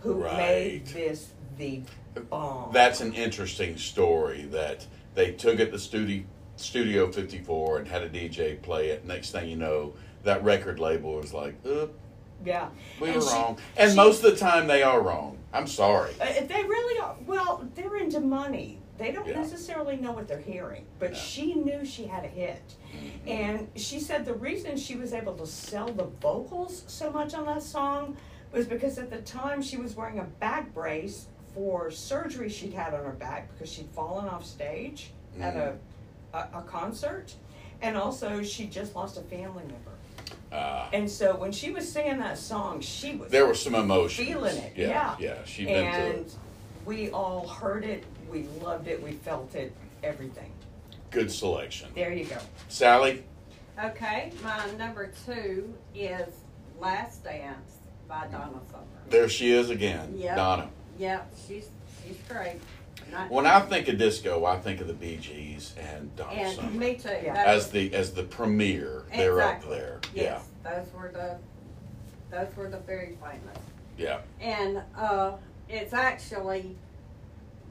Speaker 2: who
Speaker 1: Right.
Speaker 2: made this the bomb.
Speaker 1: That's an interesting story that they took it to Studio Studio 54 and had a DJ play it. Next thing you know, that record label was like, "Oop,
Speaker 2: Yeah.
Speaker 1: we
Speaker 2: And
Speaker 1: were
Speaker 2: she-
Speaker 1: wrong." And
Speaker 2: she-
Speaker 1: most of the time, they are wrong. I'm sorry.
Speaker 2: Uh, they really are. Well, they're into money. They don't
Speaker 1: Yeah.
Speaker 2: necessarily know what they're hearing, but
Speaker 1: No.
Speaker 2: she knew she had a hit.
Speaker 1: Mm-hmm.
Speaker 2: And she said the reason she was able to sell the vocals so much on that song was because at the time she was wearing a back brace for surgery she'd had on her back because she'd fallen off stage at a,
Speaker 1: Mm-hmm.
Speaker 2: a, a concert. And also, she just lost a family member.
Speaker 1: Uh,
Speaker 2: And so when she was singing that song, she was
Speaker 1: there was some emotion.
Speaker 2: Feeling it,
Speaker 1: Yeah,
Speaker 2: yeah.
Speaker 1: She'd been through
Speaker 2: and
Speaker 1: it.
Speaker 2: we all heard it, we loved it, we felt it, everything.
Speaker 1: Good selection.
Speaker 2: There you go.
Speaker 1: Sally,
Speaker 3: Okay, my number two is Last Dance by Donna Summer.
Speaker 1: there she is again.
Speaker 3: Yep.
Speaker 1: Donna.
Speaker 3: Yep, she's she's great. Not-
Speaker 1: When I think of disco, I think of the Bee Gees and Donna
Speaker 3: and
Speaker 1: Summer
Speaker 3: me too.
Speaker 2: Yeah.
Speaker 3: those-
Speaker 1: as the as the premier. They're up
Speaker 3: exactly.
Speaker 1: there.
Speaker 3: Yes, those were the those were the very famous.
Speaker 1: Yeah,
Speaker 3: and uh, it's actually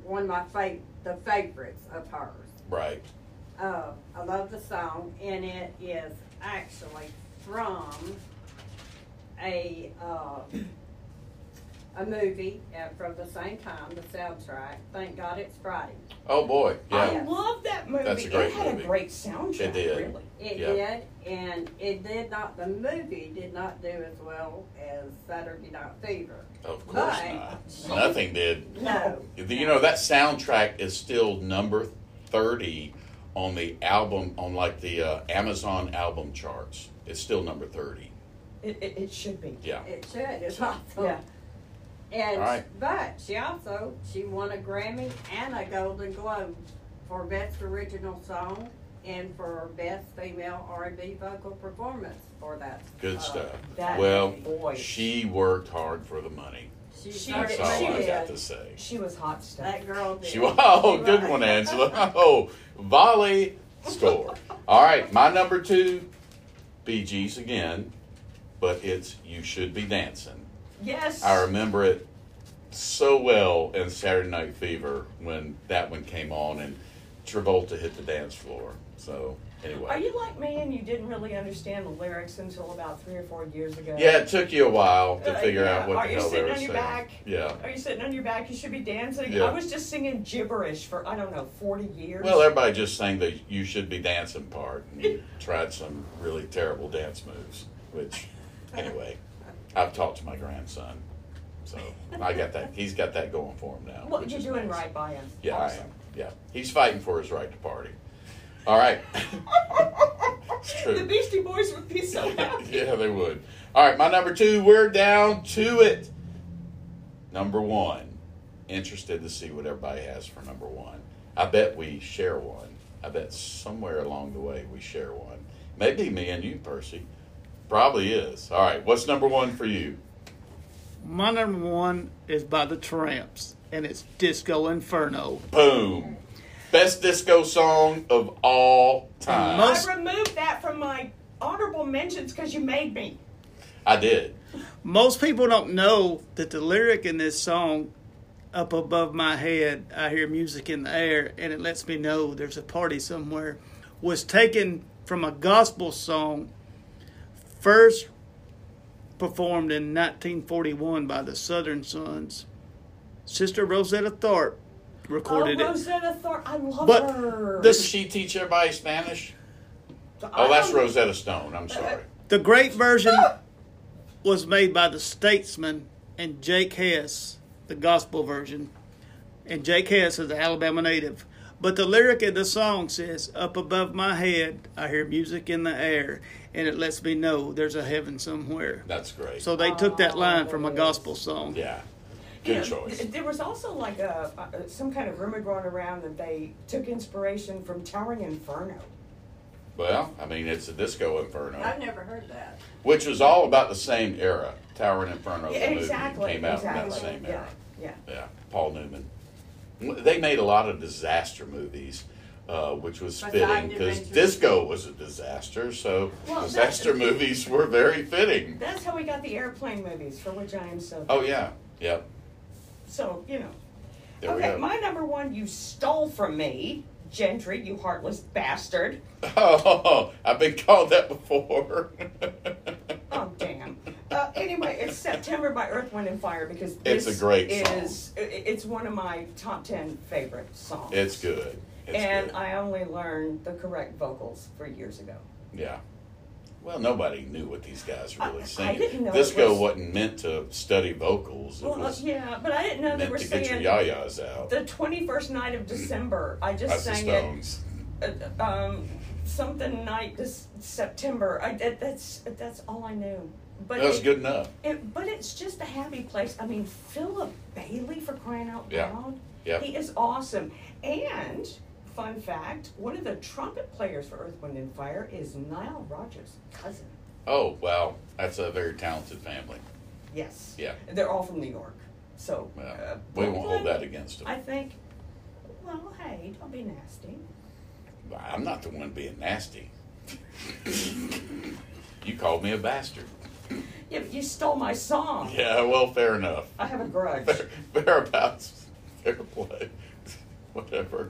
Speaker 3: one of my fav- the favorites of hers.
Speaker 1: yeah, right.
Speaker 3: Uh, I love the song, and it is actually from a uh, a movie uh, from the same time, the soundtrack. Thank God it's Friday.
Speaker 1: Oh boy, yeah.
Speaker 2: I love that movie.
Speaker 1: That's a great
Speaker 2: it had
Speaker 1: movie.
Speaker 2: a great soundtrack,
Speaker 1: It did.
Speaker 2: really.
Speaker 3: It
Speaker 1: Yeah.
Speaker 3: did, and it did not. The movie did not do as well as Saturday Night Fever.
Speaker 1: Of course
Speaker 3: But-
Speaker 1: not. Nothing did.
Speaker 3: No,
Speaker 1: The- You know that soundtrack is still number thirty on the album on like the uh, Amazon album charts. It's still number thirty.
Speaker 2: It, it, it should be.
Speaker 1: Yeah.
Speaker 3: it should. It's awesome.
Speaker 2: Yeah.
Speaker 3: And
Speaker 1: All right.
Speaker 3: but she also she won a Grammy and a Golden Globe for best original song and for best female R and B vocal performance for that.
Speaker 1: Good
Speaker 3: uh,
Speaker 1: stuff.
Speaker 2: That
Speaker 1: Well,
Speaker 2: boy.
Speaker 1: she worked hard for the money.
Speaker 3: She,
Speaker 2: She
Speaker 3: sure
Speaker 1: That's
Speaker 2: did-
Speaker 1: all
Speaker 2: she
Speaker 1: I
Speaker 3: did.
Speaker 1: got to say.
Speaker 2: She was hot stuff.
Speaker 3: That girl did.
Speaker 1: She oh,
Speaker 3: She
Speaker 1: good
Speaker 3: was.
Speaker 1: one, Angela. Oh, volley score. All right, my number two, Bee Gees again, but it's "You Should Be Dancing."
Speaker 2: yes.
Speaker 1: I remember it so well in Saturday Night Fever when that one came on and Travolta hit the dance floor. So anyway,
Speaker 2: Are you like me and you didn't really understand the lyrics until about three or four years ago?
Speaker 1: yeah, it took you a while to
Speaker 2: Uh,
Speaker 1: figure
Speaker 2: yeah.
Speaker 1: out what
Speaker 2: Are
Speaker 1: the
Speaker 2: you
Speaker 1: hell they
Speaker 2: sitting
Speaker 1: were
Speaker 2: on
Speaker 1: saying.
Speaker 2: your back?
Speaker 1: Yeah.
Speaker 2: Are you sitting on your back? You should be dancing.
Speaker 1: Yeah.
Speaker 2: I was just singing gibberish for, I don't know, 40 years.
Speaker 1: Well, everybody just sang the "You Should Be Dancing" part and you tried some really terrible dance moves. Which, anyway, I've talked to my grandson, so I got that. He's got that going for him now.
Speaker 2: Well,
Speaker 1: which
Speaker 2: you're
Speaker 1: is
Speaker 2: doing
Speaker 1: nice.
Speaker 2: right by him.
Speaker 1: Yeah, I
Speaker 2: Awesome.
Speaker 1: am. Yeah, he's fighting for his right to party. All right. it's
Speaker 2: The
Speaker 1: true.
Speaker 2: Beastie Boys would be so happy.
Speaker 1: yeah, they would. All right, my number two. We're down to it. Number one. Interested to see what everybody has for number one. I bet we share one. I bet somewhere along the way we share one. Maybe me and you, Percy. Probably is. All right, what's number one for you?
Speaker 4: My number one is by the Tramps, and it's Disco Inferno.
Speaker 1: Boom. Best disco song of all
Speaker 4: And
Speaker 1: time.
Speaker 4: most-
Speaker 2: I removed that from my honorable mentions because you made me.
Speaker 1: I did.
Speaker 4: Most people don't know that the lyric in this song, Up Above My Head, I Hear Music in the Air, and it lets me know there's a party somewhere, was taken from a gospel song first performed in 1941 by the Southern Sons. Sister Rosetta Tharpe recorded
Speaker 2: oh,
Speaker 4: it.
Speaker 2: Rosetta Tharpe, I love
Speaker 4: But
Speaker 2: her.
Speaker 4: the-
Speaker 1: Doesn't she teach everybody Spanish?
Speaker 2: I
Speaker 1: Oh, that's
Speaker 2: don't-
Speaker 1: Rosetta Stone. I'm sorry.
Speaker 4: The great version was made by the Statesman and Jake Hess, the gospel version. And Jake Hess is an Alabama native. But the lyric of the song says, Up above my head, I hear music in the air, and it lets me know there's a heaven somewhere.
Speaker 1: That's great.
Speaker 4: So they took that
Speaker 2: Oh,
Speaker 4: line from a
Speaker 2: yes.
Speaker 4: gospel song.
Speaker 1: yeah.
Speaker 2: You
Speaker 1: Good
Speaker 2: know,
Speaker 1: choice.
Speaker 2: th- There was also like a, uh, some kind of rumor going around that they took inspiration from Towering Inferno.
Speaker 1: Well, I mean, it's a disco inferno,
Speaker 3: I've never heard that.
Speaker 1: which was all about the same era. Tower and Inferno, the
Speaker 2: Yeah,
Speaker 1: movie,
Speaker 2: exactly.
Speaker 1: came out about
Speaker 2: exactly.
Speaker 1: the same
Speaker 2: yeah.
Speaker 1: era.
Speaker 2: Yeah.
Speaker 1: Yeah, Paul Newman. They made a lot of disaster movies, uh, which was
Speaker 3: But
Speaker 1: fitting
Speaker 3: Diamond
Speaker 1: because
Speaker 3: Adventures-
Speaker 1: disco was a disaster, so
Speaker 2: Well,
Speaker 1: disaster
Speaker 2: that-
Speaker 1: movies were very fitting.
Speaker 2: That's how we got the airplane movies, for which I am so.
Speaker 1: Oh yeah, yep.
Speaker 2: So you know.
Speaker 1: There we
Speaker 2: okay,
Speaker 1: go.
Speaker 2: my number one you stole from me, Gentry, you heartless bastard.
Speaker 1: Oh, I've been called that before.
Speaker 2: Oh damn. Uh, anyway, it's September by Earth, Wind and Fire because
Speaker 1: It's
Speaker 2: this
Speaker 1: a great song.
Speaker 2: is i- i- it's one of my top ten favorite songs.
Speaker 1: it's good. It's
Speaker 2: and
Speaker 1: good.
Speaker 2: I only learned the correct vocals three years ago.
Speaker 1: Yeah. Well, nobody knew what these guys were really
Speaker 2: I- I
Speaker 1: singing.
Speaker 2: didn't know
Speaker 1: Disco
Speaker 2: it was-
Speaker 1: wasn't meant to study vocals. It
Speaker 2: Well, uh,
Speaker 1: was
Speaker 2: yeah, but I didn't know they
Speaker 1: meant
Speaker 2: were
Speaker 1: to get your
Speaker 2: saying
Speaker 1: yayas out.
Speaker 2: the twenty first night of December. I
Speaker 1: That's
Speaker 2: just
Speaker 1: the
Speaker 2: sang it.
Speaker 1: Stones.
Speaker 2: uh, um, something night this September. I that, that's that's all I knew. But
Speaker 1: That was
Speaker 2: it-
Speaker 1: good enough.
Speaker 2: It, but it's just a happy place. I mean, Philip Bailey for crying out
Speaker 1: Yeah.
Speaker 2: loud.
Speaker 1: Yeah.
Speaker 2: He is awesome. And fun fact, one of the trumpet players for Earth, Wind and Fire is Nile Rogers' cousin.
Speaker 1: Oh, wow. That's a very talented family.
Speaker 2: Yes.
Speaker 1: Yeah.
Speaker 2: They're all from New York. So
Speaker 1: Well,
Speaker 2: uh,
Speaker 1: we won't hold
Speaker 2: Brooklyn,
Speaker 1: that against them.
Speaker 2: I think. Well, hey, don't be nasty.
Speaker 1: I'm not the one being nasty. you called me a bastard.
Speaker 2: Yeah, but you stole my song.
Speaker 1: Yeah, well, fair enough.
Speaker 2: I have a grudge.
Speaker 1: Fair, fairabouts. Fair play. Whatever.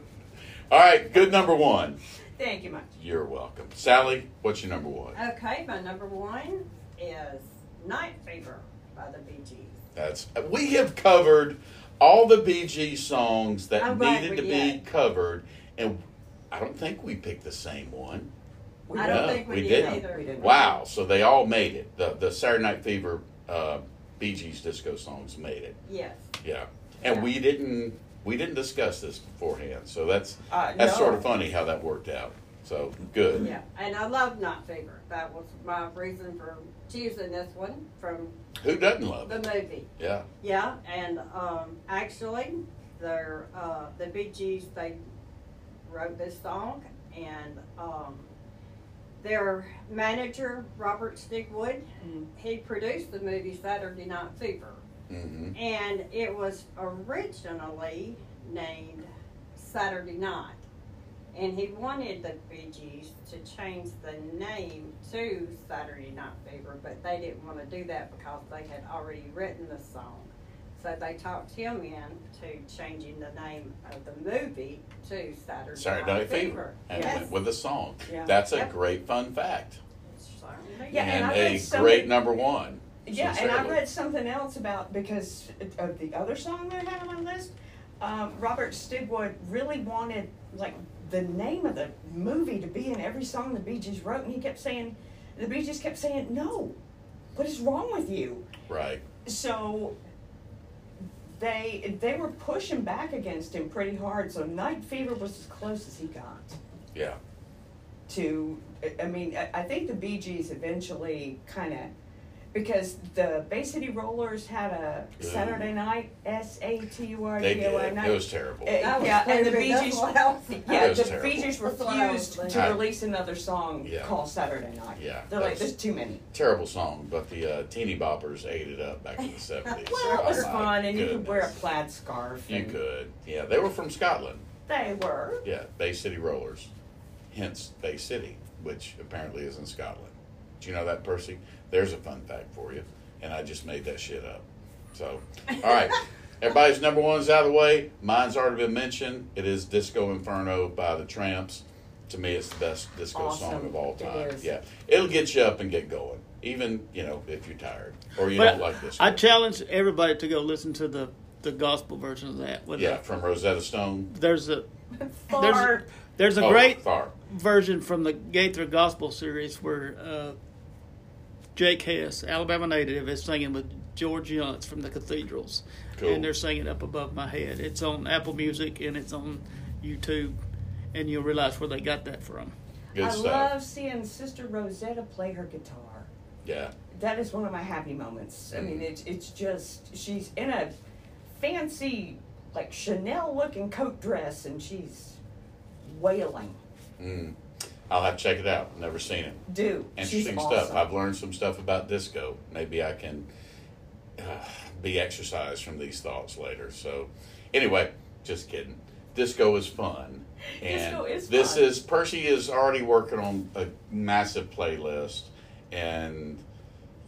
Speaker 1: All right, good number one.
Speaker 2: Thank you much.
Speaker 1: You're welcome. Sally, what's your number one?
Speaker 3: Okay, my number one is Night Fever by the Bee Gees.
Speaker 1: That's we have covered all the BG songs that
Speaker 3: I'm glad
Speaker 1: needed
Speaker 3: we
Speaker 1: to be
Speaker 3: did.
Speaker 1: covered, and I don't think we picked the same one.
Speaker 2: We
Speaker 3: I don't
Speaker 1: No,
Speaker 3: think we,
Speaker 1: we
Speaker 3: did
Speaker 1: didn't.
Speaker 3: either.
Speaker 2: We didn't.
Speaker 1: Wow! So they all made it. The the Saturday Night Fever, uh, Bee Gees disco songs made it.
Speaker 3: Yes.
Speaker 1: Yeah, and we didn't we didn't discuss this beforehand, so that's
Speaker 2: Uh,
Speaker 1: that's
Speaker 2: no.
Speaker 1: sort of funny how that worked out. So good.
Speaker 3: Yeah. And I love Night Fever. That was my reason for choosing this one from
Speaker 1: Who doesn't love
Speaker 3: the
Speaker 1: it?
Speaker 3: movie.
Speaker 1: Yeah,
Speaker 3: Yeah, and um, actually, they're, uh, the Bee Gees, they wrote this song, and um, their manager, Robert Stigwood,
Speaker 2: Mm.
Speaker 3: he produced the movie Saturday Night Fever.
Speaker 1: hmm
Speaker 3: And it was originally named Saturday Night. And he wanted the Bee Gees to change the name to Saturday Night Fever, but they didn't want to do that because they had already written the song. So they talked him in to changing the name of the movie to Saturday,
Speaker 1: Saturday Night
Speaker 3: Night,
Speaker 1: Fever, and
Speaker 3: Yes.
Speaker 1: went with a song.
Speaker 2: Yeah.
Speaker 1: That's a
Speaker 3: Yep.
Speaker 1: great fun fact.
Speaker 3: Certainly.
Speaker 2: Yeah, and
Speaker 1: and
Speaker 2: I
Speaker 1: a
Speaker 2: read some-
Speaker 1: great number one.
Speaker 2: Yeah, and I
Speaker 1: Sincerely.
Speaker 2: read something else about because of the other song that I had on my list. Um, Robert Stigwood really wanted like the name of the movie to be in every song the Bee Gees wrote, and he kept saying, the Bee Gees kept saying, "No, what is wrong with you?"
Speaker 1: Right.
Speaker 2: So they they were pushing back against him pretty hard. So Night Fever was as close as he got
Speaker 1: Yeah.
Speaker 2: to I- I mean I, I think the Bee Gees eventually kind of because the Bay City Rollers had a
Speaker 1: Ooh.
Speaker 2: Saturday night S A T U R
Speaker 1: They
Speaker 2: D O I
Speaker 1: did.
Speaker 2: night.
Speaker 1: It was terrible.
Speaker 2: Eh,
Speaker 3: That was
Speaker 2: yeah, and the
Speaker 3: Fever,
Speaker 2: Bee
Speaker 3: that's
Speaker 2: Gees.
Speaker 3: what else-
Speaker 2: Yeah,
Speaker 1: was
Speaker 2: the
Speaker 1: terrible.
Speaker 2: Bee Gees
Speaker 3: That's what I was
Speaker 2: refused to
Speaker 3: thinking.
Speaker 2: release another song
Speaker 1: Yeah.
Speaker 2: called Saturday Night.
Speaker 1: Yeah,
Speaker 2: they're like,
Speaker 1: that's-
Speaker 2: there's too many.
Speaker 1: terrible song, but the uh, Teeny Boppers ate it up back in the 70s.
Speaker 2: Well,
Speaker 1: Oh,
Speaker 2: it was
Speaker 1: my
Speaker 2: fun, and you could wear a
Speaker 1: goodness.
Speaker 2: plaid scarf.
Speaker 1: You
Speaker 2: and
Speaker 1: could. Yeah, they were from Scotland.
Speaker 2: They were.
Speaker 1: Yeah, Bay City Rollers. Hence, Bay City, which apparently is in Scotland. Do you know that, Percy? There's a fun fact for you, and I just made that shit up. So, all right. Everybody's number one's out of the way. Mine's already been mentioned. It is Disco Inferno by the Tramps. To me, it's the best disco song
Speaker 2: Awesome.
Speaker 1: of all
Speaker 2: It
Speaker 1: time.
Speaker 2: is.
Speaker 1: Yeah, it'll get you up and get going, even you know if you're tired or you
Speaker 4: But
Speaker 1: don't like this.
Speaker 4: I challenge everybody to go listen to the, the gospel version of that. With
Speaker 1: yeah, from Rosetta Stone.
Speaker 4: the- there's a there's
Speaker 2: Far.
Speaker 4: there's a
Speaker 1: Oh,
Speaker 4: great
Speaker 1: far.
Speaker 4: version from the Gaither Gospel series where uh, Jake Hess, Alabama native, is singing with George Yuntz from the Cathedrals,
Speaker 1: Cool.
Speaker 4: and they're singing up above my head. It's on Apple Music and it's on YouTube, and you'll realize where they got that from.
Speaker 1: Good
Speaker 2: I
Speaker 1: stuff.
Speaker 2: love seeing Sister Rosetta play her guitar.
Speaker 1: yeah,
Speaker 2: that is one of my happy moments. I
Speaker 1: Mm-hmm.
Speaker 2: mean, it's it's just she's in a fancy like Chanel looking coat dress and she's wailing.
Speaker 1: mm. I'll have to check it out. Never seen it.
Speaker 2: Do she's
Speaker 1: interesting
Speaker 2: awesome.
Speaker 1: stuff. I've learned some stuff about disco. Maybe I can uh, be exercised from these thoughts later. So, anyway, just kidding. Disco is fun. And
Speaker 2: Disco is
Speaker 1: this
Speaker 2: fun.
Speaker 1: is Percy is already working on a massive playlist, and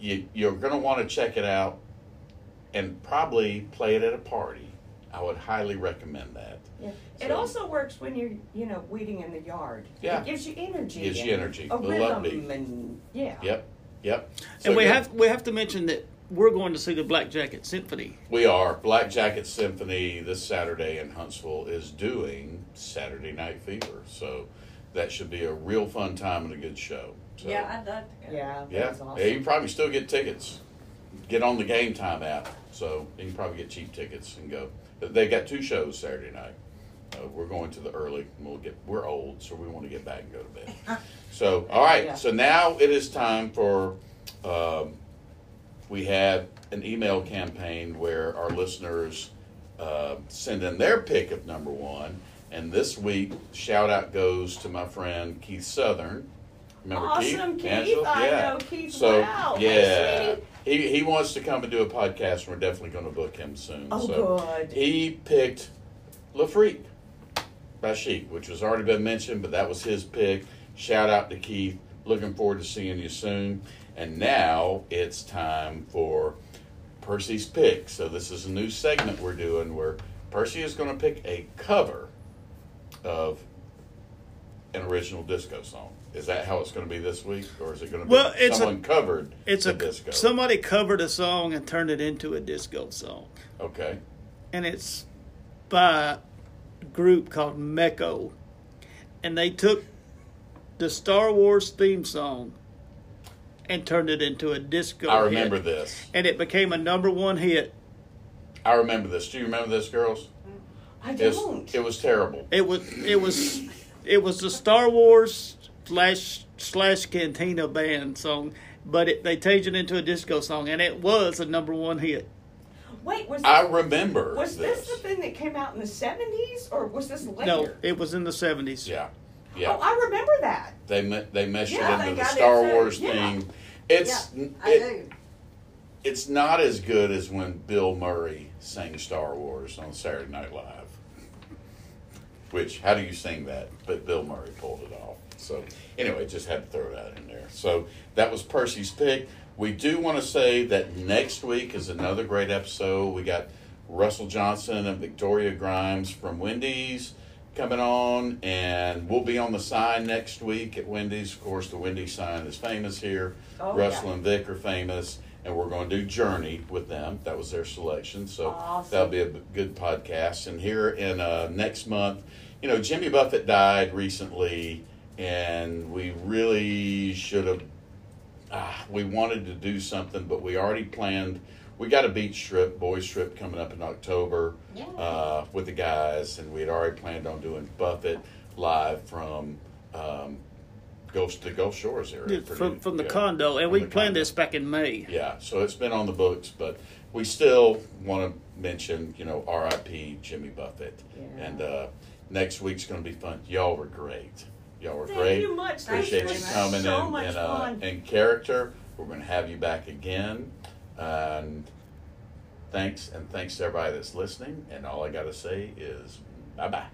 Speaker 1: you, you're going to want to check it out and probably play it at a party. I would highly recommend that.
Speaker 2: Yeah. It
Speaker 1: So-
Speaker 2: also works when you're, you know, weeding in the yard.
Speaker 1: Yeah.
Speaker 2: It gives you energy.
Speaker 1: Gives you
Speaker 2: and
Speaker 1: energy.
Speaker 2: A
Speaker 1: The love
Speaker 2: rhythm
Speaker 1: beat.
Speaker 2: and yeah.
Speaker 1: Yep, yep.
Speaker 4: and
Speaker 1: So
Speaker 4: we
Speaker 1: good.
Speaker 4: have we have to mention that we're going to see the Black Jacket Symphony.
Speaker 1: We are. Black Jacket Symphony this Saturday in Huntsville is doing Saturday Night Fever. So that should be a real fun time and a good show. So,
Speaker 3: Yeah, I'd love to go.
Speaker 2: Yeah.
Speaker 1: Yeah.
Speaker 2: That's awesome.
Speaker 1: yeah, you probably still get tickets. Get on the Game Time app. So you can probably get cheap tickets and go. But They've got two shows Saturday night. Uh, we're going to the early. and We'll get. We're old, so we want to get back and go to bed. so all right.
Speaker 2: Yeah.
Speaker 1: So now it is time for. Um, we have an email campaign where our listeners uh, send in their pick of number one. And this week, shout out goes to my friend Keith Southern. Remember
Speaker 2: Awesome, Keith.
Speaker 1: Angela?
Speaker 2: I
Speaker 1: yeah.
Speaker 2: know Keith
Speaker 1: So
Speaker 2: well. Hey,
Speaker 1: yeah,
Speaker 2: sweetie.
Speaker 1: he he wants to come and do a podcast, and we're definitely going to book him soon.
Speaker 2: Oh,
Speaker 1: so
Speaker 2: good.
Speaker 1: he picked La Freak by Chic, which has already been mentioned, but that was his pick. Shout out to Keith. Looking forward to seeing you soon. And now it's time for Percy's pick. So this is a new segment we're doing where Percy is going to pick a cover of an original disco song. Is that how it's going to be this week, or is it going to be
Speaker 4: Well, it's a-
Speaker 1: someone covered
Speaker 4: It's
Speaker 1: the
Speaker 4: a
Speaker 1: disco?
Speaker 4: somebody covered a song and turned it into a disco song,
Speaker 1: okay,
Speaker 4: and it's by a group called Mecco, and they took the Star Wars theme song and turned it into a disco.
Speaker 1: I remember
Speaker 4: hit.
Speaker 1: this.
Speaker 4: and it became a number one hit.
Speaker 1: I remember this. Do you remember this, girls?
Speaker 2: I
Speaker 1: It's-
Speaker 2: don't.
Speaker 1: it was terrible.
Speaker 4: It was it was it was the Star Wars slash slash Cantina band song, but it, they changed it into a disco song, and it was a number one hit.
Speaker 2: Wait, was
Speaker 1: I
Speaker 2: this,
Speaker 1: remember
Speaker 2: was this the thing that came out in the seventies or was this later?
Speaker 4: No, it was in the seventies.
Speaker 1: Yeah, yeah.
Speaker 2: Oh, I remember that.
Speaker 1: they me- they meshed
Speaker 2: Yeah,
Speaker 1: it
Speaker 3: they
Speaker 1: into the
Speaker 3: got it
Speaker 1: Star
Speaker 3: too.
Speaker 1: Wars
Speaker 2: Yeah.
Speaker 1: thing. It's
Speaker 3: Yeah,
Speaker 1: n-
Speaker 3: I
Speaker 1: it-
Speaker 3: do.
Speaker 1: it's not as good as when Bill Murray sang Star Wars on Saturday Night Live. Which, how do you sing that? But Bill Murray pulled it off. So, anyway, just had to throw that in there. So, that was Percy's pick. We do want to say that next week is another great episode. We got Russell Johnson and Victoria Grimes from Wendy's coming on, and we'll be on the sign next week at Wendy's. Of course, the Wendy's sign is famous here.
Speaker 2: Oh,
Speaker 1: Russell
Speaker 2: yeah.
Speaker 1: and Vic are famous, and we're going to do Journey with them. That was their selection, so
Speaker 2: Awesome.
Speaker 1: that'll be a b- good podcast. And here in uh, next month, you know, Jimmy Buffett died recently, and we really should have. ah, we wanted to do something, but we already planned. We got a beach trip, boys trip, coming up in October
Speaker 3: Yeah.
Speaker 1: uh, with the guys, and we had already planned on doing Buffett live from. Um, Gulf, the Gulf Shores area.
Speaker 4: From, from the
Speaker 1: Yeah.
Speaker 4: condo, and
Speaker 1: From
Speaker 4: we
Speaker 1: the
Speaker 4: planned
Speaker 1: condo.
Speaker 4: this back in May.
Speaker 1: Yeah, so it's been on the books, but we still want to mention, you know, R.I.P. Jimmy Buffett.
Speaker 2: Yeah.
Speaker 1: And uh, next week's going to be fun. Y'all were great. Y'all were
Speaker 2: Thank
Speaker 1: great.
Speaker 2: you much.
Speaker 3: Thank
Speaker 1: Appreciate
Speaker 3: you
Speaker 1: you
Speaker 3: very much.
Speaker 1: coming
Speaker 2: so
Speaker 1: in,
Speaker 2: much
Speaker 1: in, uh,
Speaker 2: fun.
Speaker 1: in character. We're going to have you back again. And thanks, and thanks to everybody that's listening. And all I got to say is bye bye.